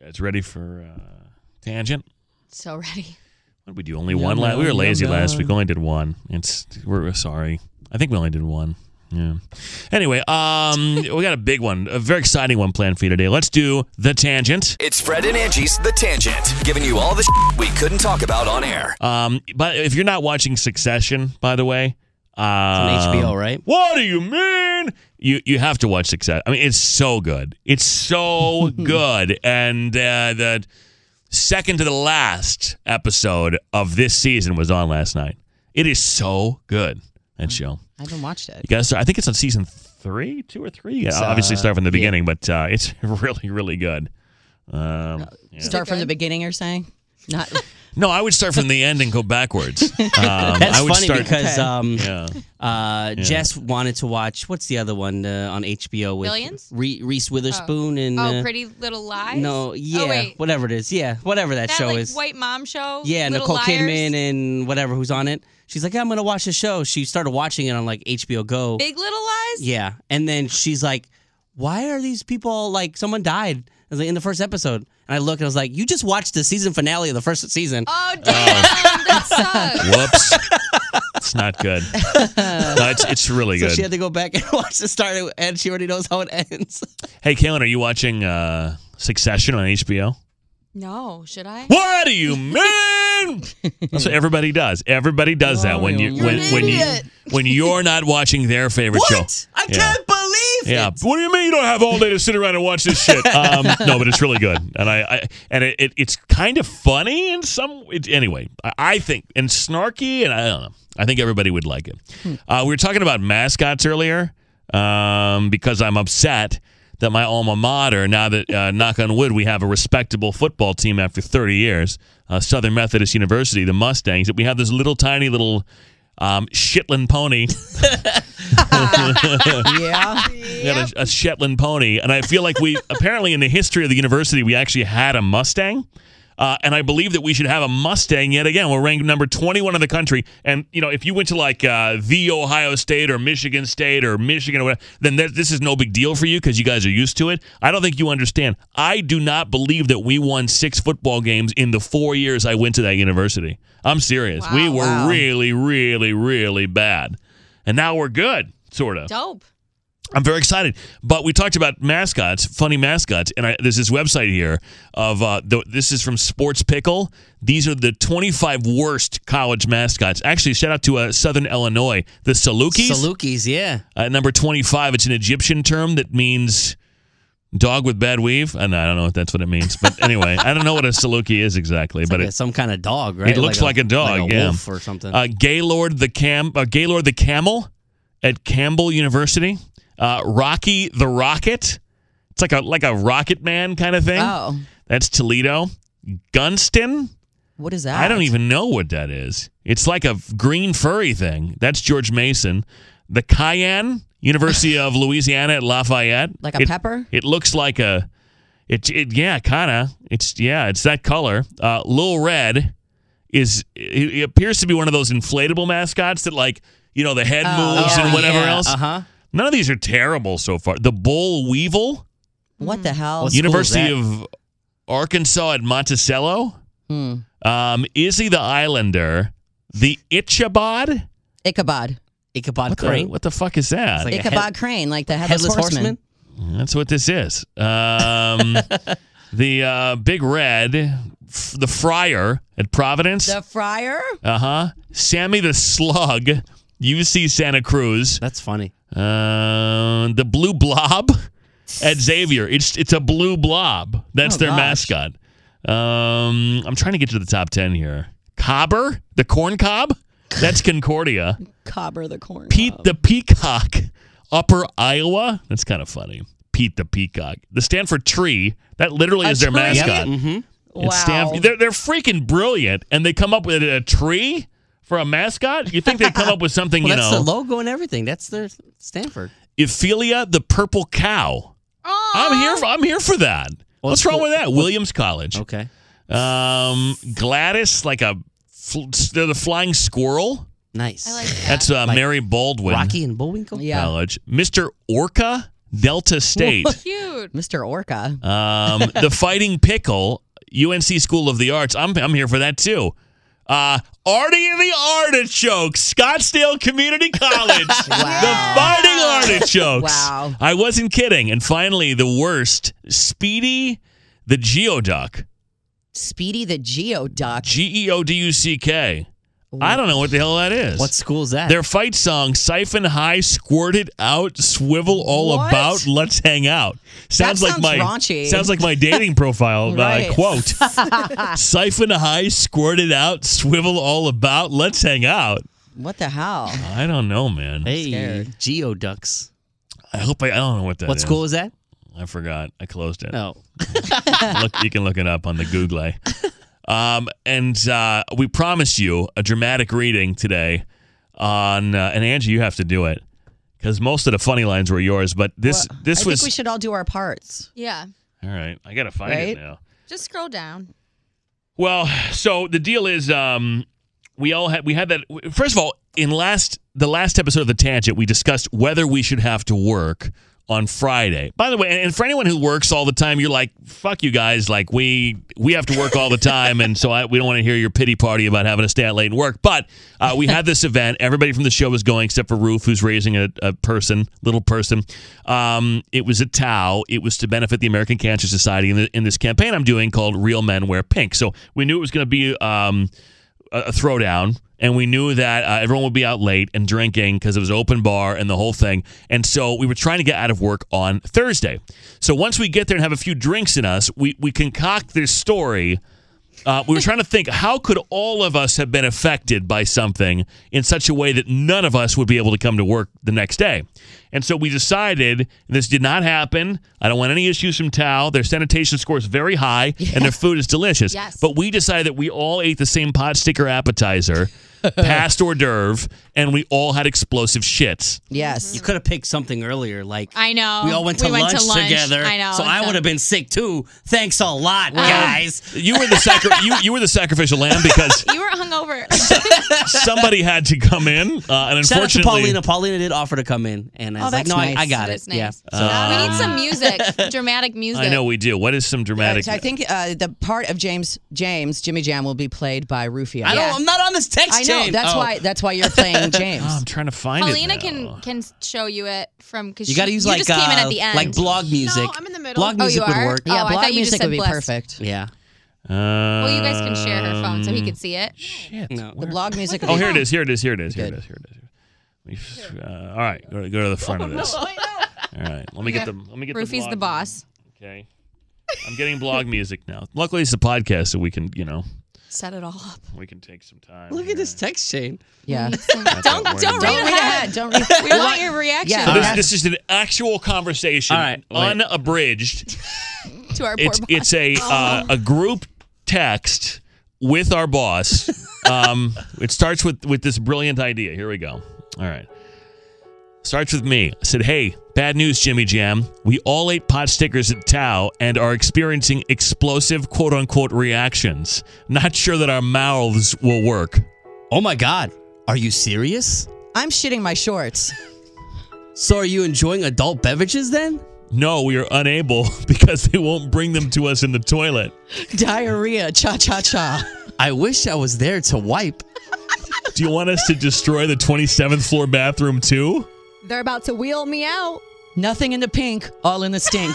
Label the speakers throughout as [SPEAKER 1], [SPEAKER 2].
[SPEAKER 1] Guys, ready for uh, tangent?
[SPEAKER 2] So ready.
[SPEAKER 1] What did we do? Only one. La- we were lazy last week. Only did one. It's we're, we're sorry. I think we only did one. Yeah. Anyway, um, we got a big one, a very exciting one planned for you today. Let's do the tangent.
[SPEAKER 3] It's Fred and Angie's The Tangent, giving you all the sh- we couldn't talk about on air.
[SPEAKER 1] Um, but if you're not watching Succession, by the way, um,
[SPEAKER 4] It's on HBO, right?
[SPEAKER 1] What do you mean? You you have to watch Success. I mean, it's so good. It's so good. And uh, the second to the last episode of this season was on last night. It is so good.
[SPEAKER 4] Hmm.
[SPEAKER 1] That show.
[SPEAKER 2] I haven't watched
[SPEAKER 1] You
[SPEAKER 2] it.
[SPEAKER 1] guys, start, I think it's on season three, two or three. Yeah,
[SPEAKER 4] It's,
[SPEAKER 1] obviously,
[SPEAKER 4] uh,
[SPEAKER 1] start from the
[SPEAKER 4] yeah.
[SPEAKER 1] beginning, but uh, it's really, really good. Um, yeah.
[SPEAKER 2] Start from the beginning, you're saying? Not.
[SPEAKER 1] No, I would start from the end and go backwards. Um,
[SPEAKER 4] That's
[SPEAKER 1] I would
[SPEAKER 4] funny
[SPEAKER 1] start,
[SPEAKER 4] because
[SPEAKER 2] Okay.
[SPEAKER 4] um,
[SPEAKER 1] yeah,
[SPEAKER 4] uh, Jess wanted to watch what's the other one uh, on HBO with
[SPEAKER 2] Millions?
[SPEAKER 4] Re- Reese Witherspoon and
[SPEAKER 5] Oh,
[SPEAKER 4] uh,
[SPEAKER 5] Pretty Little Lies.
[SPEAKER 4] no, yeah,
[SPEAKER 5] Oh, wait.
[SPEAKER 4] whatever it is, yeah, whatever that,
[SPEAKER 5] that
[SPEAKER 4] show
[SPEAKER 5] like
[SPEAKER 4] is.
[SPEAKER 5] white mom show.
[SPEAKER 4] yeah,
[SPEAKER 5] Little
[SPEAKER 4] Nicole
[SPEAKER 5] Liars.
[SPEAKER 4] Kidman and whatever who's on it. She's like, yeah, I'm gonna watch the show. She started watching it on like HBO Go.
[SPEAKER 5] Big Little Lies.
[SPEAKER 4] Yeah, and then she's like, "Why are these people like someone died?" I was like, in the first episode, and I look and I was like, "You just watched the season finale of the first season."
[SPEAKER 5] Oh damn, that sucks.
[SPEAKER 1] whoops, it's not good. No, it's, it's really
[SPEAKER 4] so
[SPEAKER 1] good.
[SPEAKER 4] she had to go back and watch the start, and she already knows how it ends.
[SPEAKER 1] Hey, Kaylin, are you watching uh, Succession on HBO?
[SPEAKER 5] No, should I?
[SPEAKER 1] What do you mean? That's what everybody does. Everybody does that when you
[SPEAKER 4] You're
[SPEAKER 1] when
[SPEAKER 5] an
[SPEAKER 1] when you
[SPEAKER 5] idiot.
[SPEAKER 1] when you're not watching their favorite show.
[SPEAKER 4] I
[SPEAKER 1] Yeah.
[SPEAKER 4] can't believe
[SPEAKER 1] Yeah.
[SPEAKER 4] it.
[SPEAKER 1] What do you mean you don't have all day to sit around and watch this shit? Um, no, but it's really good, and I, I and it, it it's kind of funny in some. It, anyway, I, I think and snarky, and I don't know. I think everybody would like it.
[SPEAKER 4] Hmm.
[SPEAKER 1] Uh, we were talking about mascots earlier um, because I'm upset that my alma mater, now that uh, knock on wood, we have a respectable football team after 30 years, uh, Southern Methodist University, the Mustangs, that we have this little tiny little um, Shetland pony.
[SPEAKER 2] yeah.
[SPEAKER 1] We had a, a Shetland pony, and I feel like we apparently in the history of the university we actually had a Mustang. Uh, and I believe that we should have a Mustang yet again. We're ranked number 21 in the country. And, you know, if you went to like uh, the Ohio State or Michigan State or Michigan or whatever, then th- this is no big deal for you because you guys are used to it. I don't think you understand. I do not believe that we won six football games in the four years I went to that university. I'm serious. we were really, really, really bad. And now we're good, sort of.
[SPEAKER 5] Dope.
[SPEAKER 1] I'm very excited. But we talked about mascots, funny mascots, and I, there's this website here of uh, the, this is from Sports Pickle. These are the 25 worst college mascots. Actually, shout out to uh, Southern Illinois, the Salukis.
[SPEAKER 4] Salukis, yeah.
[SPEAKER 1] uh, number 25. It's an Egyptian term that means dog with bad weave. And I don't know if that's what it means, but anyway, I don't know what a Saluki is exactly, but
[SPEAKER 4] Like
[SPEAKER 1] it,
[SPEAKER 4] some kind of dog, right?
[SPEAKER 1] it looks like a, dog,
[SPEAKER 4] like a
[SPEAKER 1] yeah,
[SPEAKER 4] wolf or something.
[SPEAKER 1] Uh, Gaylord the cam, uh, Gaylord the camel at Campbell University. Uh, Rocky the rocket. It's like a like a rocket man kind of thing.
[SPEAKER 2] Oh.
[SPEAKER 1] That's Toledo. Gunston.
[SPEAKER 2] What is that?
[SPEAKER 1] I don't even know what that is. It's like a green furry thing. That's George Mason. The Cayenne University of Louisiana at Lafayette.
[SPEAKER 2] Like a
[SPEAKER 1] It-
[SPEAKER 2] pepper?
[SPEAKER 1] It looks like a. It, it yeah, kind of. It's yeah, it's that color. Uh, Lil Red is he, he appears to be one of those inflatable mascots that like you know the head
[SPEAKER 2] Oh,
[SPEAKER 1] moves
[SPEAKER 2] yeah.
[SPEAKER 1] and whatever
[SPEAKER 2] Yeah,
[SPEAKER 1] else.
[SPEAKER 4] Uh huh.
[SPEAKER 1] None of these are terrible so far. The bull weevil,
[SPEAKER 2] What the hell?
[SPEAKER 4] What's- school is
[SPEAKER 1] University
[SPEAKER 4] that?
[SPEAKER 1] of Arkansas at Monticello,
[SPEAKER 2] Hmm.
[SPEAKER 1] um, Izzy the Islander, the Ichabod.
[SPEAKER 2] Ichabod.
[SPEAKER 4] Ichabod
[SPEAKER 1] What the,
[SPEAKER 4] Crane.
[SPEAKER 1] what the fuck is that?
[SPEAKER 4] It's like a
[SPEAKER 2] Ichabod
[SPEAKER 4] head-
[SPEAKER 2] Crane, like the headless,
[SPEAKER 4] Headless
[SPEAKER 2] horseman.
[SPEAKER 4] horseman.
[SPEAKER 1] That's what this is. Um, the uh, Big Red, f- the Friar at Providence.
[SPEAKER 2] The friar?
[SPEAKER 1] Uh huh. Sammy the Slug, UC Santa Cruz.
[SPEAKER 4] That's funny.
[SPEAKER 1] Uh, the Blue Blob at Xavier. It's it's a blue blob. That's
[SPEAKER 2] Oh,
[SPEAKER 1] their
[SPEAKER 2] gosh.
[SPEAKER 1] mascot. Um, I'm trying to get to the top ten here. Cobber, the corn cob. That's Concordia.
[SPEAKER 2] Cobber the corn.
[SPEAKER 1] Pete
[SPEAKER 2] cob.
[SPEAKER 1] the Peacock, Upper Iowa. That's kind of funny. Pete the Peacock. The Stanford Tree. That literally
[SPEAKER 2] A
[SPEAKER 1] is their
[SPEAKER 2] tree?
[SPEAKER 1] mascot.
[SPEAKER 4] Mm-hmm.
[SPEAKER 1] It's Stanford. They're, they're freaking brilliant, and they come up with a tree for a mascot. You think they come up with something?
[SPEAKER 4] Well,
[SPEAKER 1] you
[SPEAKER 4] that's
[SPEAKER 1] know,
[SPEAKER 4] the logo and everything. That's their Stanford.
[SPEAKER 1] Ophelia the Purple Cow. I'm here. For, I'm here for that.
[SPEAKER 4] Well,
[SPEAKER 1] What's
[SPEAKER 4] it's
[SPEAKER 1] wrong
[SPEAKER 4] cool.
[SPEAKER 1] with that? Williams College.
[SPEAKER 4] Okay.
[SPEAKER 1] Um, Gladys, like a, fl- they're the flying squirrel.
[SPEAKER 4] Nice.
[SPEAKER 5] I like that.
[SPEAKER 1] That's uh,
[SPEAKER 4] Like
[SPEAKER 1] Mary Baldwin
[SPEAKER 4] Rocky and Bullwinkle.
[SPEAKER 2] Yeah.
[SPEAKER 1] College. Mr. Orca, Delta State.
[SPEAKER 5] Cute.
[SPEAKER 2] Mr. Orca.
[SPEAKER 1] Um, the Fighting Pickle, UNC School of the Arts. I'm I'm here for that too. Uh, Artie and the Artichokes, Scottsdale Community College. The Fighting Artichokes.
[SPEAKER 2] Wow.
[SPEAKER 1] I wasn't kidding. And finally, the worst, Speedy the Geoduck.
[SPEAKER 2] Speedy the Geoduck.
[SPEAKER 1] G E O D U C K. I don't know what the hell that is.
[SPEAKER 4] What school is that?
[SPEAKER 1] Their fight song, Siphon High, Squirted Out, Swivel All
[SPEAKER 2] What?
[SPEAKER 1] About, Let's Hang Out. Sounds like
[SPEAKER 2] sounds
[SPEAKER 1] my
[SPEAKER 2] raunchy.
[SPEAKER 1] sounds like my dating profile
[SPEAKER 2] Right.
[SPEAKER 1] uh, quote. Siphon High, Squirted Out, Swivel All About, Let's Hang Out.
[SPEAKER 2] What the hell?
[SPEAKER 1] I don't know, man.
[SPEAKER 4] hey,
[SPEAKER 2] scared.
[SPEAKER 4] Geoducks.
[SPEAKER 1] I hope I, I don't know what that
[SPEAKER 4] What
[SPEAKER 1] is.
[SPEAKER 4] school is that?
[SPEAKER 1] I forgot. I closed it.
[SPEAKER 4] No.
[SPEAKER 1] look, you can look it up on the Google. Um, and uh, we promise you a dramatic reading today on, uh, and Angie, you have to do it because most of the funny lines were yours. But this
[SPEAKER 2] Well,
[SPEAKER 1] this
[SPEAKER 2] I
[SPEAKER 1] was
[SPEAKER 2] think we should all do our parts.
[SPEAKER 5] Yeah.
[SPEAKER 1] all right. I gotta find it
[SPEAKER 2] Right?
[SPEAKER 1] now.
[SPEAKER 5] Just scroll down.
[SPEAKER 1] Well, so the deal is, um, we all had we had that. First of all, in last the last episode of the tangent, we discussed whether we should have to work on Friday. By the way, and, and for anyone who works all the time, you're like, fuck you guys. Like we we have to work all the time, and so I, we don't want to hear your pity party about having to stay out late and work. But uh, we had this event. Everybody from the show was going except for Roof, who's raising a, a person, little person. Um, it was a Tao. It was to benefit the American Cancer Society in, the, in this campaign I'm doing called "Real Men Wear Pink." So we knew it was going to be. Um, a a throwdown, and we knew that uh, everyone would be out late and drinking because it was open bar and the whole thing. And so we were trying to get out of work on Thursday. So once we get there and have a few drinks in us, we we concoct this story. Uh, we were trying to think how could all of us have been affected by something in such a way that none of us would be able to come to work the next day. And so we decided this did not happen. I don't want any issues from Tao. Their sanitation score is very high and their food is delicious.
[SPEAKER 5] Yes.
[SPEAKER 1] But we decided that we all ate the same pot sticker appetizer, past hors d'oeuvre, and we all had explosive shits.
[SPEAKER 2] Yes.
[SPEAKER 4] You could have picked something earlier. Like
[SPEAKER 5] I know.
[SPEAKER 4] We all went to,
[SPEAKER 5] Um, We went
[SPEAKER 4] lunch,
[SPEAKER 5] to lunch.
[SPEAKER 4] together.
[SPEAKER 5] I know.
[SPEAKER 4] So I
[SPEAKER 5] So-
[SPEAKER 4] would have been sick too. Thanks a lot, guys.
[SPEAKER 1] You were the sacri- you, you were the sacrificial lamb because
[SPEAKER 5] You were hungover.
[SPEAKER 1] somebody had to come in, uh, and
[SPEAKER 4] Shout out to
[SPEAKER 1] unfortunately,
[SPEAKER 4] Paulina. Paulina did offer to come in, and I
[SPEAKER 2] Oh,
[SPEAKER 4] was like,
[SPEAKER 2] that's
[SPEAKER 4] "No,
[SPEAKER 2] nice.
[SPEAKER 4] I, I got it.
[SPEAKER 5] That's nice.
[SPEAKER 4] Yeah,
[SPEAKER 5] So we need some music, dramatic music.
[SPEAKER 1] I know we do. What is some dramatic?
[SPEAKER 2] So I think uh, the part of James James Jimmy Jam will be played by Rufio.
[SPEAKER 4] I don't. I'm not on this text
[SPEAKER 2] I know.
[SPEAKER 4] chain.
[SPEAKER 2] That's
[SPEAKER 4] Oh.
[SPEAKER 2] why. That's why you're playing James.
[SPEAKER 1] Oh, I'm trying to find
[SPEAKER 5] Paulina
[SPEAKER 1] it. now.
[SPEAKER 5] can can show you it from because
[SPEAKER 4] You got to use like
[SPEAKER 5] just came in
[SPEAKER 4] uh,
[SPEAKER 5] at the end.
[SPEAKER 4] like blog music.
[SPEAKER 6] I'm in the middle.
[SPEAKER 4] Blog
[SPEAKER 5] Oh,
[SPEAKER 4] music
[SPEAKER 5] you
[SPEAKER 4] would
[SPEAKER 5] are?
[SPEAKER 4] work.
[SPEAKER 5] Oh,
[SPEAKER 2] yeah,
[SPEAKER 5] I
[SPEAKER 2] black
[SPEAKER 5] thought you just
[SPEAKER 2] music
[SPEAKER 5] said
[SPEAKER 2] would be
[SPEAKER 5] blessed.
[SPEAKER 2] perfect.
[SPEAKER 4] Yeah.
[SPEAKER 5] Well, you guys can share her phone so he
[SPEAKER 1] Um,
[SPEAKER 5] can see it.
[SPEAKER 1] Shit.
[SPEAKER 4] No.
[SPEAKER 2] The blog music.
[SPEAKER 1] Oh,
[SPEAKER 2] would be-
[SPEAKER 1] here it is. Here it is. Here it is. Here it is. Here it is. Let me f- Uh, all right, go to, go to
[SPEAKER 5] Oh,
[SPEAKER 1] the front of this. All right, let me get the let me get
[SPEAKER 5] Roofy's
[SPEAKER 1] the,
[SPEAKER 5] the
[SPEAKER 1] blog-
[SPEAKER 5] boss.
[SPEAKER 1] Okay, I'm getting blog music now. Luckily, it's a podcast, so we can you know
[SPEAKER 5] Set it all up.
[SPEAKER 1] we can take some time.
[SPEAKER 4] Look
[SPEAKER 1] here.
[SPEAKER 4] at this text chain.
[SPEAKER 2] Yeah.
[SPEAKER 5] Don't don't read
[SPEAKER 2] Don't read
[SPEAKER 5] ahead.
[SPEAKER 2] ahead. Don't read.
[SPEAKER 5] We want your reaction
[SPEAKER 2] Yeah.
[SPEAKER 1] So this,
[SPEAKER 2] Alright.
[SPEAKER 1] this is an actual conversation,
[SPEAKER 4] Alright, wait.
[SPEAKER 1] unabridged.
[SPEAKER 5] to our poor
[SPEAKER 1] It's
[SPEAKER 5] boss.
[SPEAKER 1] it's a uh, a group text with our boss. Um, it starts with with this brilliant idea. Here we go. All right. Starts with me. I said, Hey, bad news, Jimmy Jam. We all ate pot stickers at Tao and are experiencing explosive quote unquote reactions. Not sure that our mouths will work.
[SPEAKER 4] Oh my God. Are you serious?
[SPEAKER 2] I'm shitting my shorts.
[SPEAKER 4] So are you enjoying adult beverages then?
[SPEAKER 1] No, we are unable because they won't bring them to us in the toilet.
[SPEAKER 2] Diarrhea, cha cha cha.
[SPEAKER 4] I wish I was there to wipe.
[SPEAKER 1] Do you want us to destroy the 27th floor bathroom too?
[SPEAKER 5] They're about to wheel me out.
[SPEAKER 2] Nothing in the pink, all in the stink.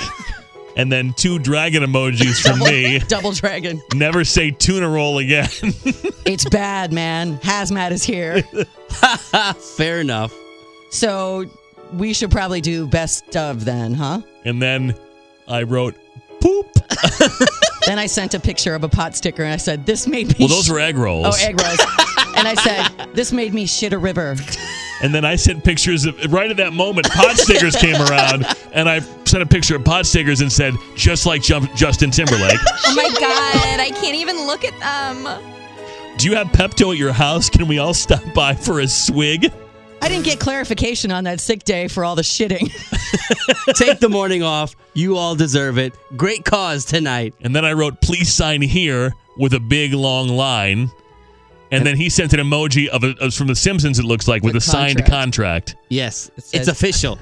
[SPEAKER 1] And then two dragon emojis from me.
[SPEAKER 2] Double dragon.
[SPEAKER 1] Never say tuna roll again.
[SPEAKER 2] It's bad, man. Hazmat is here.
[SPEAKER 4] Fair enough.
[SPEAKER 2] So we should probably do best of then, huh?
[SPEAKER 1] And then I wrote poop.
[SPEAKER 2] Then I sent a picture of a pot sticker and I said, This made me
[SPEAKER 1] Well, those
[SPEAKER 2] sh-
[SPEAKER 1] were egg rolls.
[SPEAKER 2] Oh, egg rolls. and I said, This made me shit a river.
[SPEAKER 1] And then I sent pictures of right at that moment, pod stickers came around, and I sent a picture of pod stickers and said, just like Jum- Justin Timberlake.
[SPEAKER 5] Oh my god, I can't even look at them.
[SPEAKER 1] Do you have Pepto at your house? Can we all stop by for a swig?
[SPEAKER 2] I didn't get clarification on that sick day for all the shitting.
[SPEAKER 4] Take the morning off. You all deserve it. Great cause tonight.
[SPEAKER 1] And then I wrote, please sign here with a big long line. And then he sent an emoji of, a, of from The Simpsons, it looks like, with a
[SPEAKER 2] The
[SPEAKER 1] signed contract.
[SPEAKER 4] Yes, it's official.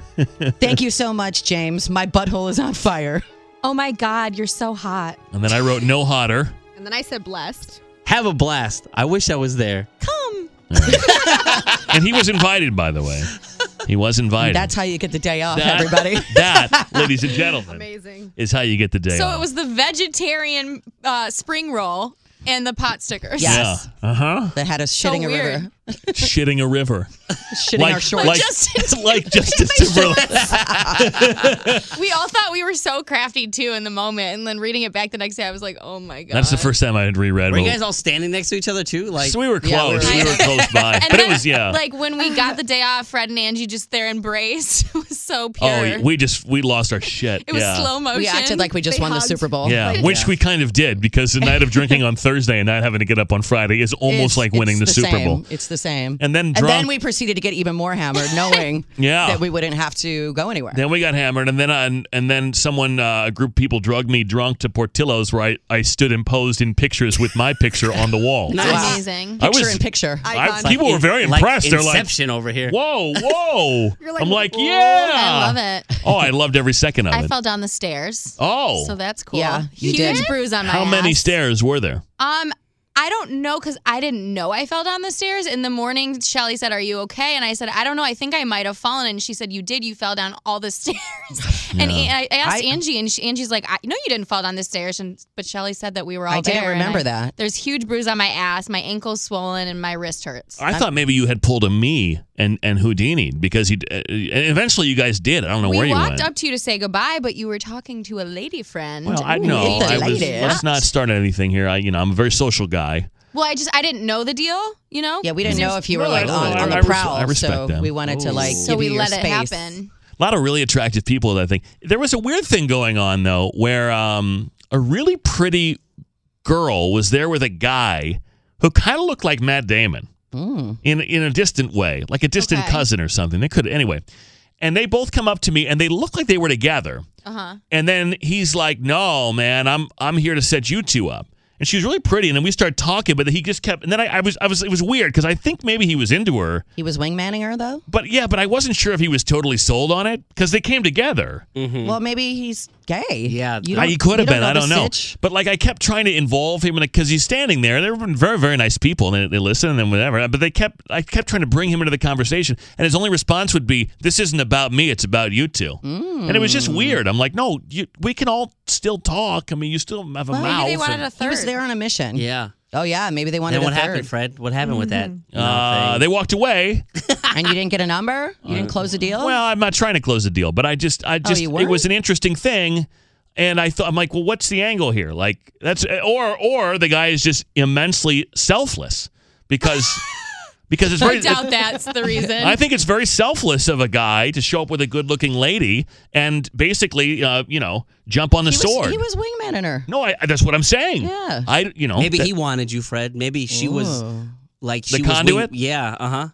[SPEAKER 2] Thank you so much, James. My butthole is on fire.
[SPEAKER 5] Oh my god, you're so hot.
[SPEAKER 1] And then I wrote, no hotter.
[SPEAKER 7] And then I said blessed.
[SPEAKER 4] Have a blast. I wish I was there.
[SPEAKER 1] And he was invited, by the way. He was invited.
[SPEAKER 2] That's how you get the day off,
[SPEAKER 1] That-
[SPEAKER 2] everybody.
[SPEAKER 1] That, ladies and gentlemen,
[SPEAKER 7] Amazing.
[SPEAKER 1] is how you get the day
[SPEAKER 5] So
[SPEAKER 1] off.
[SPEAKER 5] it was the vegetarian uh, spring roll and the pot stickers.
[SPEAKER 2] Yes.
[SPEAKER 1] Yeah. Uh huh.
[SPEAKER 2] That had us shitting a
[SPEAKER 5] weird.
[SPEAKER 2] river.
[SPEAKER 1] Shitting a river.
[SPEAKER 2] Shitting our shorts.
[SPEAKER 1] like,
[SPEAKER 5] Justin
[SPEAKER 1] like Justin Timberlake.
[SPEAKER 5] We all thought we were so crafty too in the moment, and then reading it back the next day, I was like, oh my god.
[SPEAKER 1] That's the first time I had reread.
[SPEAKER 4] Were you
[SPEAKER 1] well,
[SPEAKER 4] guys all standing next to each other too? Like
[SPEAKER 1] so we were
[SPEAKER 2] Yeah, we
[SPEAKER 1] close.
[SPEAKER 2] were-
[SPEAKER 1] we, were, close by,
[SPEAKER 5] And
[SPEAKER 1] but
[SPEAKER 5] then,
[SPEAKER 1] it was yeah.
[SPEAKER 5] Like when we got the day off, Fred and Angie just their embrace was so pure.
[SPEAKER 1] oh, we just we lost our shit.
[SPEAKER 5] it was
[SPEAKER 1] yeah.
[SPEAKER 5] slow motion.
[SPEAKER 2] We acted like we just
[SPEAKER 7] They
[SPEAKER 2] won the
[SPEAKER 7] hugged.
[SPEAKER 2] Super Bowl.
[SPEAKER 1] Yeah, which we kind of did because the night of drinking on Thursday and not having to get up on Friday is almost
[SPEAKER 2] It's-
[SPEAKER 1] like winning
[SPEAKER 2] it's
[SPEAKER 1] the, Super
[SPEAKER 2] same.
[SPEAKER 1] Bowl.
[SPEAKER 2] It's the same.
[SPEAKER 1] And then
[SPEAKER 2] And then
[SPEAKER 1] drunk.
[SPEAKER 2] we proceeded to get even more hammered, knowing
[SPEAKER 1] Yeah.
[SPEAKER 2] that we wouldn't have to go anywhere.
[SPEAKER 1] Then we got hammered, and then I, and then someone, uh, a group of people, drugged me drunk to Portillo's, where I, I stood and posed in pictures with my picture on the wall.
[SPEAKER 5] Amazing.
[SPEAKER 1] I
[SPEAKER 2] Picture
[SPEAKER 1] was-
[SPEAKER 2] in picture.
[SPEAKER 1] I-
[SPEAKER 7] Iconic.
[SPEAKER 1] people were very
[SPEAKER 4] like
[SPEAKER 1] impressed. They're like,
[SPEAKER 4] Inception over here.
[SPEAKER 1] "Whoa, whoa!"
[SPEAKER 7] You're like,
[SPEAKER 1] I'm like,
[SPEAKER 7] "Whoa."
[SPEAKER 1] "Yeah,
[SPEAKER 5] I love it.
[SPEAKER 1] Oh, I loved every second of
[SPEAKER 5] I
[SPEAKER 1] it.
[SPEAKER 5] fell down the stairs.
[SPEAKER 1] oh,
[SPEAKER 5] So that's cool.
[SPEAKER 2] Yeah, you
[SPEAKER 5] Huge
[SPEAKER 2] did.
[SPEAKER 5] bruise on my
[SPEAKER 1] how many
[SPEAKER 5] ass.
[SPEAKER 1] stairs were there?
[SPEAKER 5] Um, I don't know because I didn't know I fell down the stairs. In the morning, Shelly said, Are you okay? And I said, I don't know. I think I might have fallen. And she said, You did. You fell down all the stairs. And I I asked
[SPEAKER 2] I-
[SPEAKER 5] Angie, and she, Angie's like, I, No, you didn't fall down the stairs. And But Shelly said that we were all
[SPEAKER 2] I didn't
[SPEAKER 5] there, and
[SPEAKER 2] remember that.
[SPEAKER 5] There's huge bruise on my ass. My ankle's swollen, and my wrist hurts.
[SPEAKER 1] I thought maybe you had pulled a me and and Houdini because you uh, and eventually you guys did. I don't know where
[SPEAKER 5] we
[SPEAKER 1] you
[SPEAKER 5] walked
[SPEAKER 1] went.
[SPEAKER 5] up to you to say goodbye, but you were talking to a lady friend.
[SPEAKER 1] well, I know
[SPEAKER 2] the
[SPEAKER 1] I was.
[SPEAKER 2] lady.
[SPEAKER 1] Let's not start anything here. I you know I'm a very social guy.
[SPEAKER 5] Well, I just I didn't know the deal, you know.
[SPEAKER 2] Yeah, we didn't know if you were
[SPEAKER 1] No,
[SPEAKER 2] like
[SPEAKER 1] I-
[SPEAKER 2] on,
[SPEAKER 1] I-
[SPEAKER 2] on
[SPEAKER 1] I
[SPEAKER 2] the
[SPEAKER 1] res-
[SPEAKER 2] prowl,
[SPEAKER 1] I respect
[SPEAKER 2] so
[SPEAKER 1] them.
[SPEAKER 2] we wanted
[SPEAKER 4] Oh.
[SPEAKER 2] to like
[SPEAKER 5] so
[SPEAKER 2] give
[SPEAKER 5] we
[SPEAKER 2] you your
[SPEAKER 5] let it
[SPEAKER 2] space.
[SPEAKER 5] happen.
[SPEAKER 1] A lot of really attractive people. That I think there was a weird thing going on though, where um a really pretty girl was there with a guy who kind of looked like Matt Damon. in in a distant way, like a distant
[SPEAKER 5] Okay.
[SPEAKER 1] cousin or something. They could anyway. And they both come up to me and they look like they were together. Uh-huh. And then he's like, "No, man, I'm I'm here to set you two up." And she was really pretty. And then we started talking, but he just kept. And then I, I was I was it was weird because I think maybe he was into her,
[SPEAKER 2] He was wingmanning her though.
[SPEAKER 1] but yeah, but I wasn't sure if he was totally sold on it because they came together.
[SPEAKER 2] Well, maybe he's gay.
[SPEAKER 4] Yeah,
[SPEAKER 2] You
[SPEAKER 1] Uh,
[SPEAKER 2] don't-
[SPEAKER 1] he could have
[SPEAKER 2] you
[SPEAKER 1] been. Hmm. I
[SPEAKER 2] the
[SPEAKER 1] don't know.
[SPEAKER 2] sitch.
[SPEAKER 1] But like, I kept trying to involve him because he's standing there. They've been very, very nice people, and they, they listen and then whatever. But they kept, I kept trying to bring him into the conversation, and his only response would be, "This isn't about me. It's about you two. And it was
[SPEAKER 2] Mm.
[SPEAKER 1] just weird. I'm like, "No, you, we can all still talk. I mean, you still have a mouth."
[SPEAKER 5] Maybe they wanted
[SPEAKER 1] and-
[SPEAKER 5] a
[SPEAKER 2] He
[SPEAKER 5] third.
[SPEAKER 2] was there on a mission.
[SPEAKER 4] Yeah.
[SPEAKER 2] Oh yeah, maybe they wanted
[SPEAKER 4] then what
[SPEAKER 2] a third.
[SPEAKER 4] happened, Fred? What happened with that?
[SPEAKER 2] Mm-hmm.
[SPEAKER 1] uh, they walked away.
[SPEAKER 2] and you didn't get a number. You
[SPEAKER 4] Uh,
[SPEAKER 2] didn't close the deal.
[SPEAKER 1] Well, I'm not trying to close the deal, but I just, I just,
[SPEAKER 2] Oh. you
[SPEAKER 1] it
[SPEAKER 2] weren't?
[SPEAKER 1] was an interesting thing. And I thought, I'm like, well, what's the angle here? Like, that's, or, or the guy is just immensely selfless because, because it's
[SPEAKER 5] I
[SPEAKER 1] very,
[SPEAKER 5] doubt that's the reason.
[SPEAKER 1] I think it's very selfless of a guy to show up with a good looking lady and basically, uh, you know, jump on the
[SPEAKER 2] he
[SPEAKER 1] sword.
[SPEAKER 2] Was, he was wingmanning her.
[SPEAKER 1] no, I, that's what I'm saying.
[SPEAKER 2] Yeah.
[SPEAKER 1] I, you know,
[SPEAKER 4] Maybe
[SPEAKER 1] that-
[SPEAKER 4] he wanted you, Fred. Maybe she was
[SPEAKER 2] Ooh.
[SPEAKER 4] like she
[SPEAKER 1] Uh, The
[SPEAKER 4] was uh-huh. wing-
[SPEAKER 1] conduit?
[SPEAKER 4] yeah, uh huh.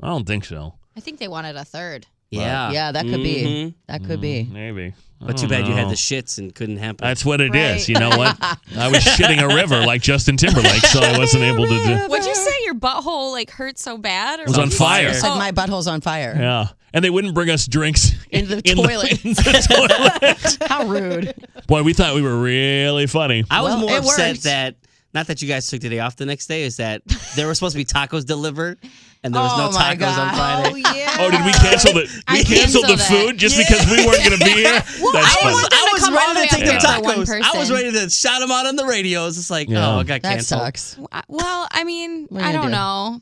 [SPEAKER 1] I don't think so.
[SPEAKER 5] I think they wanted a third.
[SPEAKER 4] Yeah.
[SPEAKER 2] Yeah, that could
[SPEAKER 4] Mhm.
[SPEAKER 2] be. That could be.
[SPEAKER 1] Maybe. I
[SPEAKER 4] But too
[SPEAKER 1] don't
[SPEAKER 4] bad you had
[SPEAKER 1] know.
[SPEAKER 4] the shits and couldn't happen.
[SPEAKER 1] Oh. That's what it is.
[SPEAKER 5] Right.
[SPEAKER 1] You know what? I was shitting a river like Justin Timberlake, so I wasn't able to do.
[SPEAKER 5] Would you say your butthole like hurt so bad? Or
[SPEAKER 1] It was on fire.
[SPEAKER 2] Said my butthole's on fire.
[SPEAKER 1] Yeah, and they wouldn't bring us drinks
[SPEAKER 2] In the toilet.
[SPEAKER 1] in the
[SPEAKER 2] How rude.
[SPEAKER 1] toilet. Boy, we thought we were really funny.
[SPEAKER 4] I was
[SPEAKER 2] Well,
[SPEAKER 4] more
[SPEAKER 2] it
[SPEAKER 4] upset
[SPEAKER 2] worked.
[SPEAKER 4] that not that you guys took the day off the next day is that there were supposed to be tacos delivered and there was
[SPEAKER 2] oh
[SPEAKER 4] no
[SPEAKER 2] my
[SPEAKER 4] tacos
[SPEAKER 2] god.
[SPEAKER 4] on Friday.
[SPEAKER 2] Oh yeah.
[SPEAKER 1] Oh, did we cancel the
[SPEAKER 5] I
[SPEAKER 1] we canceled
[SPEAKER 5] canceled
[SPEAKER 1] the
[SPEAKER 5] that.
[SPEAKER 1] food just because we weren't going to be here? That's
[SPEAKER 4] I
[SPEAKER 1] funny.
[SPEAKER 4] was,
[SPEAKER 5] them
[SPEAKER 4] I
[SPEAKER 5] to
[SPEAKER 4] was
[SPEAKER 5] come all the way
[SPEAKER 4] ready to
[SPEAKER 5] up
[SPEAKER 4] take
[SPEAKER 5] here
[SPEAKER 4] their
[SPEAKER 5] for one
[SPEAKER 4] tacos. I was
[SPEAKER 5] person.
[SPEAKER 4] ready to shout them out on the radio. It's just like,
[SPEAKER 1] Yeah.
[SPEAKER 4] oh, it got
[SPEAKER 2] That
[SPEAKER 4] canceled.
[SPEAKER 2] sucks.
[SPEAKER 5] Oh, I- Well, I mean,
[SPEAKER 2] are you
[SPEAKER 5] I don't
[SPEAKER 2] gonna
[SPEAKER 5] know.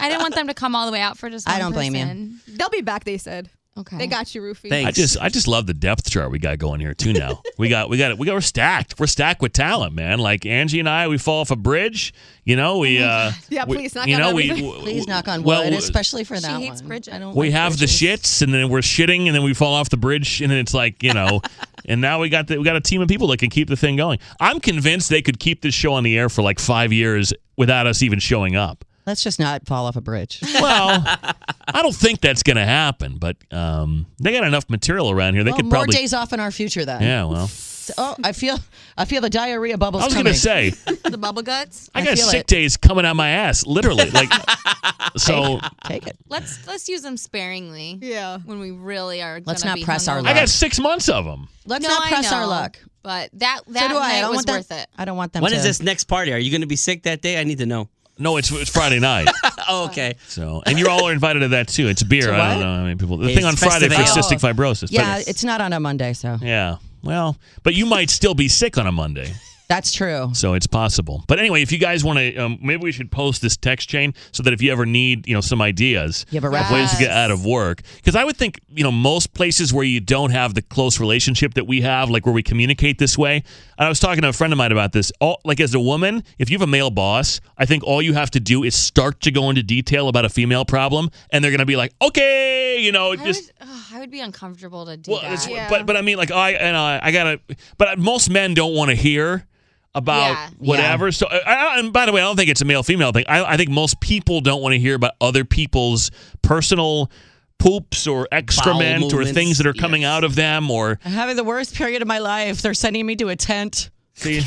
[SPEAKER 5] I didn't want them to come all the way out for just.
[SPEAKER 2] I
[SPEAKER 5] one
[SPEAKER 2] don't blame you.
[SPEAKER 5] person.
[SPEAKER 7] They'll be back, they said.
[SPEAKER 5] Okay.
[SPEAKER 7] They got you, Roofy.
[SPEAKER 4] Thanks.
[SPEAKER 1] I just I just love the depth chart we got going here too now. we got we got it we got we're stacked. We're stacked with talent, man. Like Angie and I, we fall off a bridge. You know, we uh
[SPEAKER 7] Yeah,
[SPEAKER 1] we-
[SPEAKER 7] please knock
[SPEAKER 1] you
[SPEAKER 7] on
[SPEAKER 1] know,
[SPEAKER 7] that
[SPEAKER 1] we,
[SPEAKER 7] bridge.
[SPEAKER 1] w-
[SPEAKER 2] Please knock on wood,
[SPEAKER 1] well, w-
[SPEAKER 2] especially for
[SPEAKER 5] She
[SPEAKER 2] that
[SPEAKER 5] hates
[SPEAKER 2] one.
[SPEAKER 5] Bridget.
[SPEAKER 2] I don't
[SPEAKER 1] we
[SPEAKER 2] like
[SPEAKER 1] have the
[SPEAKER 2] bridges.
[SPEAKER 1] shits and then we're shitting and then we fall off the bridge and then it's like, you know, and now we got the, we got a team of people that can keep the thing going. I'm convinced they could keep this show on the air for like 5 years without us even showing up.
[SPEAKER 2] Let's just not fall off a bridge.
[SPEAKER 1] Well, I don't think that's going to happen, but um, they got enough material around here. They
[SPEAKER 2] Well,
[SPEAKER 1] could
[SPEAKER 2] more
[SPEAKER 1] probably
[SPEAKER 2] days off in our future then.
[SPEAKER 1] Yeah, well.
[SPEAKER 2] Oh, I feel I feel the diarrhea bubbles
[SPEAKER 1] I was going
[SPEAKER 2] coming.
[SPEAKER 1] to say
[SPEAKER 5] the bubble guts.
[SPEAKER 1] I
[SPEAKER 2] I
[SPEAKER 1] got
[SPEAKER 2] feel
[SPEAKER 1] sick
[SPEAKER 2] it.
[SPEAKER 1] days coming out my ass, literally. Like, so
[SPEAKER 2] Take it.
[SPEAKER 5] Let's let's use them sparingly.
[SPEAKER 7] Yeah.
[SPEAKER 5] When we really are.
[SPEAKER 2] Let's
[SPEAKER 5] gonna
[SPEAKER 2] not
[SPEAKER 5] be
[SPEAKER 2] press our
[SPEAKER 5] hungover.
[SPEAKER 1] I got six months of them.
[SPEAKER 2] Let's
[SPEAKER 5] No,
[SPEAKER 2] not
[SPEAKER 5] I
[SPEAKER 2] press our
[SPEAKER 5] know,
[SPEAKER 2] luck.
[SPEAKER 5] But that
[SPEAKER 2] So
[SPEAKER 5] that
[SPEAKER 2] do I. I
[SPEAKER 5] night
[SPEAKER 2] don't
[SPEAKER 5] was
[SPEAKER 2] want them-
[SPEAKER 5] worth it.
[SPEAKER 2] I don't want them
[SPEAKER 4] When
[SPEAKER 2] to.
[SPEAKER 4] is this next party? Are you going to be sick that day? I need to know.
[SPEAKER 1] No, it's it's Friday night.
[SPEAKER 4] Oh, okay.
[SPEAKER 1] So, and you're all invited to that too. It's beer. I don't
[SPEAKER 4] what?
[SPEAKER 1] know how many people. The
[SPEAKER 4] It's
[SPEAKER 1] thing on Friday for
[SPEAKER 4] festive
[SPEAKER 1] cystic fibrosis. but-
[SPEAKER 2] Yeah, it's not on a Monday, so
[SPEAKER 1] yeah. Well, but you might still be sick on a Monday,
[SPEAKER 2] that's true.
[SPEAKER 1] so it's possible. But anyway, if you guys want to, um, maybe we should post this text chain so that if you ever need, you know, some ideas
[SPEAKER 2] You have a
[SPEAKER 1] of ways
[SPEAKER 2] reference.
[SPEAKER 1] to get out of work, because I would think, you know, most places where you don't have the close relationship that we have, like where we communicate this way. And I was talking to a friend of mine about this. All, like as a woman, if you have a male boss, I think all you have to do is start to go into detail about a female problem, and they're gonna be like, okay, you know,
[SPEAKER 5] I
[SPEAKER 1] just.
[SPEAKER 5] would, ugh, I would be uncomfortable to do
[SPEAKER 1] Well,
[SPEAKER 5] that.
[SPEAKER 1] it's,
[SPEAKER 7] Yeah.
[SPEAKER 1] but but I mean, like I and I, I gotta. But most men don't want to hear about
[SPEAKER 5] Yeah.
[SPEAKER 1] whatever. So, I, I, and by the way, I don't think it's a male female thing. I, I think most people don't want to hear about other people's personal poops or excrement or
[SPEAKER 4] movements,
[SPEAKER 1] things that are coming
[SPEAKER 4] yes.
[SPEAKER 1] out of them or
[SPEAKER 2] I'm having the worst period of my life. They're sending me to a tent.
[SPEAKER 1] see.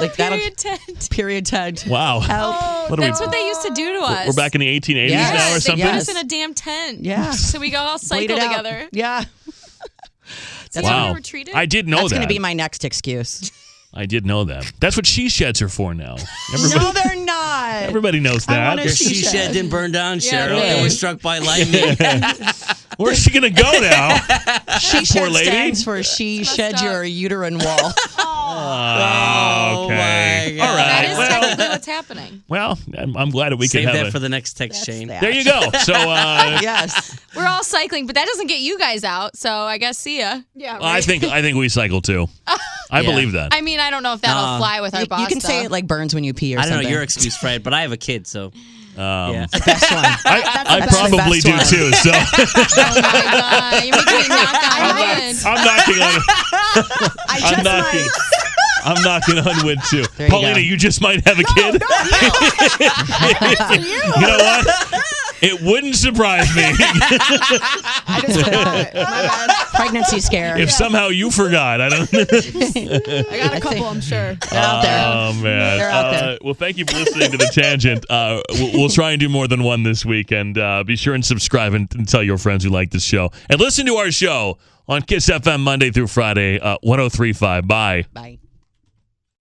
[SPEAKER 2] Like that'll
[SPEAKER 5] Period tent.
[SPEAKER 2] period tent.
[SPEAKER 1] Wow,
[SPEAKER 2] Help.
[SPEAKER 1] What are we-
[SPEAKER 5] That's what they used to do to us.
[SPEAKER 1] we're back in the 1880s
[SPEAKER 2] Yes,
[SPEAKER 1] now or
[SPEAKER 5] Yes, they
[SPEAKER 1] something.
[SPEAKER 5] put us
[SPEAKER 2] Yes.
[SPEAKER 5] in a damn tent.
[SPEAKER 2] Yeah.
[SPEAKER 5] So we got all
[SPEAKER 2] Bleed it
[SPEAKER 5] cycled
[SPEAKER 2] out.
[SPEAKER 5] together.
[SPEAKER 2] Yeah.
[SPEAKER 5] That's how
[SPEAKER 1] Wow,
[SPEAKER 5] we were treated.
[SPEAKER 1] I did know
[SPEAKER 2] That's
[SPEAKER 1] that.
[SPEAKER 2] gonna be my next excuse.
[SPEAKER 1] I did know that. That's what she sheds are for now. Everybody,
[SPEAKER 2] no, they're not.
[SPEAKER 1] everybody knows
[SPEAKER 2] I
[SPEAKER 1] that.
[SPEAKER 2] wanna
[SPEAKER 4] Your
[SPEAKER 2] She
[SPEAKER 4] she
[SPEAKER 2] shed.
[SPEAKER 4] shed didn't burn down, Cheryl.
[SPEAKER 5] Yeah, babe.
[SPEAKER 4] and was struck by lightning.
[SPEAKER 1] Where's she gonna go now?
[SPEAKER 2] She
[SPEAKER 1] Poor
[SPEAKER 2] shed
[SPEAKER 1] lady.
[SPEAKER 2] stands for she shed
[SPEAKER 5] up.
[SPEAKER 2] your uterine wall.
[SPEAKER 1] Oh, okay.
[SPEAKER 4] my
[SPEAKER 1] All right.
[SPEAKER 4] God.
[SPEAKER 5] that is
[SPEAKER 1] well,
[SPEAKER 5] technically what's happening.
[SPEAKER 1] Well, I'm, I'm glad that we
[SPEAKER 4] Save
[SPEAKER 1] can have
[SPEAKER 4] that
[SPEAKER 1] it.
[SPEAKER 4] for the next text chain.
[SPEAKER 2] that.
[SPEAKER 1] there you go. So uh,
[SPEAKER 2] yes.
[SPEAKER 5] We're all cycling, but that doesn't get you guys out. So I guess see ya.
[SPEAKER 7] Yeah.
[SPEAKER 1] I think I think we cycle too. I
[SPEAKER 4] Yeah.
[SPEAKER 1] believe that.
[SPEAKER 5] I mean, I don't know if that'll
[SPEAKER 4] Nah.
[SPEAKER 5] fly with
[SPEAKER 2] You,
[SPEAKER 5] our
[SPEAKER 2] you
[SPEAKER 5] boss.
[SPEAKER 2] can say
[SPEAKER 5] though.
[SPEAKER 2] it like burns when you pee or
[SPEAKER 4] I don't
[SPEAKER 2] something.
[SPEAKER 4] know your excuse, Fred, but I have a kid, so
[SPEAKER 1] Um,
[SPEAKER 4] yeah.
[SPEAKER 2] Best one.
[SPEAKER 1] I, I
[SPEAKER 2] That's the
[SPEAKER 1] probably
[SPEAKER 2] best
[SPEAKER 1] do
[SPEAKER 2] one.
[SPEAKER 1] too. So
[SPEAKER 5] Oh my god, you're making me knock on wood.
[SPEAKER 1] I'm knocking on.
[SPEAKER 7] I
[SPEAKER 1] I'm
[SPEAKER 7] just
[SPEAKER 1] knocking.
[SPEAKER 7] might.
[SPEAKER 1] I'm knocking on wood too.
[SPEAKER 2] There you
[SPEAKER 1] Paulina,
[SPEAKER 2] go.
[SPEAKER 1] you just might have a kid. you know what? It wouldn't surprise me
[SPEAKER 7] I just forgot. My bad.
[SPEAKER 2] Pregnancy scare.
[SPEAKER 1] if somehow you forgot. I don't.
[SPEAKER 7] I got a couple, I'm sure.
[SPEAKER 2] They're out there.
[SPEAKER 1] Oh man!
[SPEAKER 2] They're out there.
[SPEAKER 1] Uh, well, thank you for listening to the tangent. Uh, we'll, we'll try and do more than one this week, and uh, be sure and subscribe and, and tell your friends who like this show, and listen to our show on Kiss FM Monday through Friday, uh, 103.5. Bye.
[SPEAKER 2] Bye.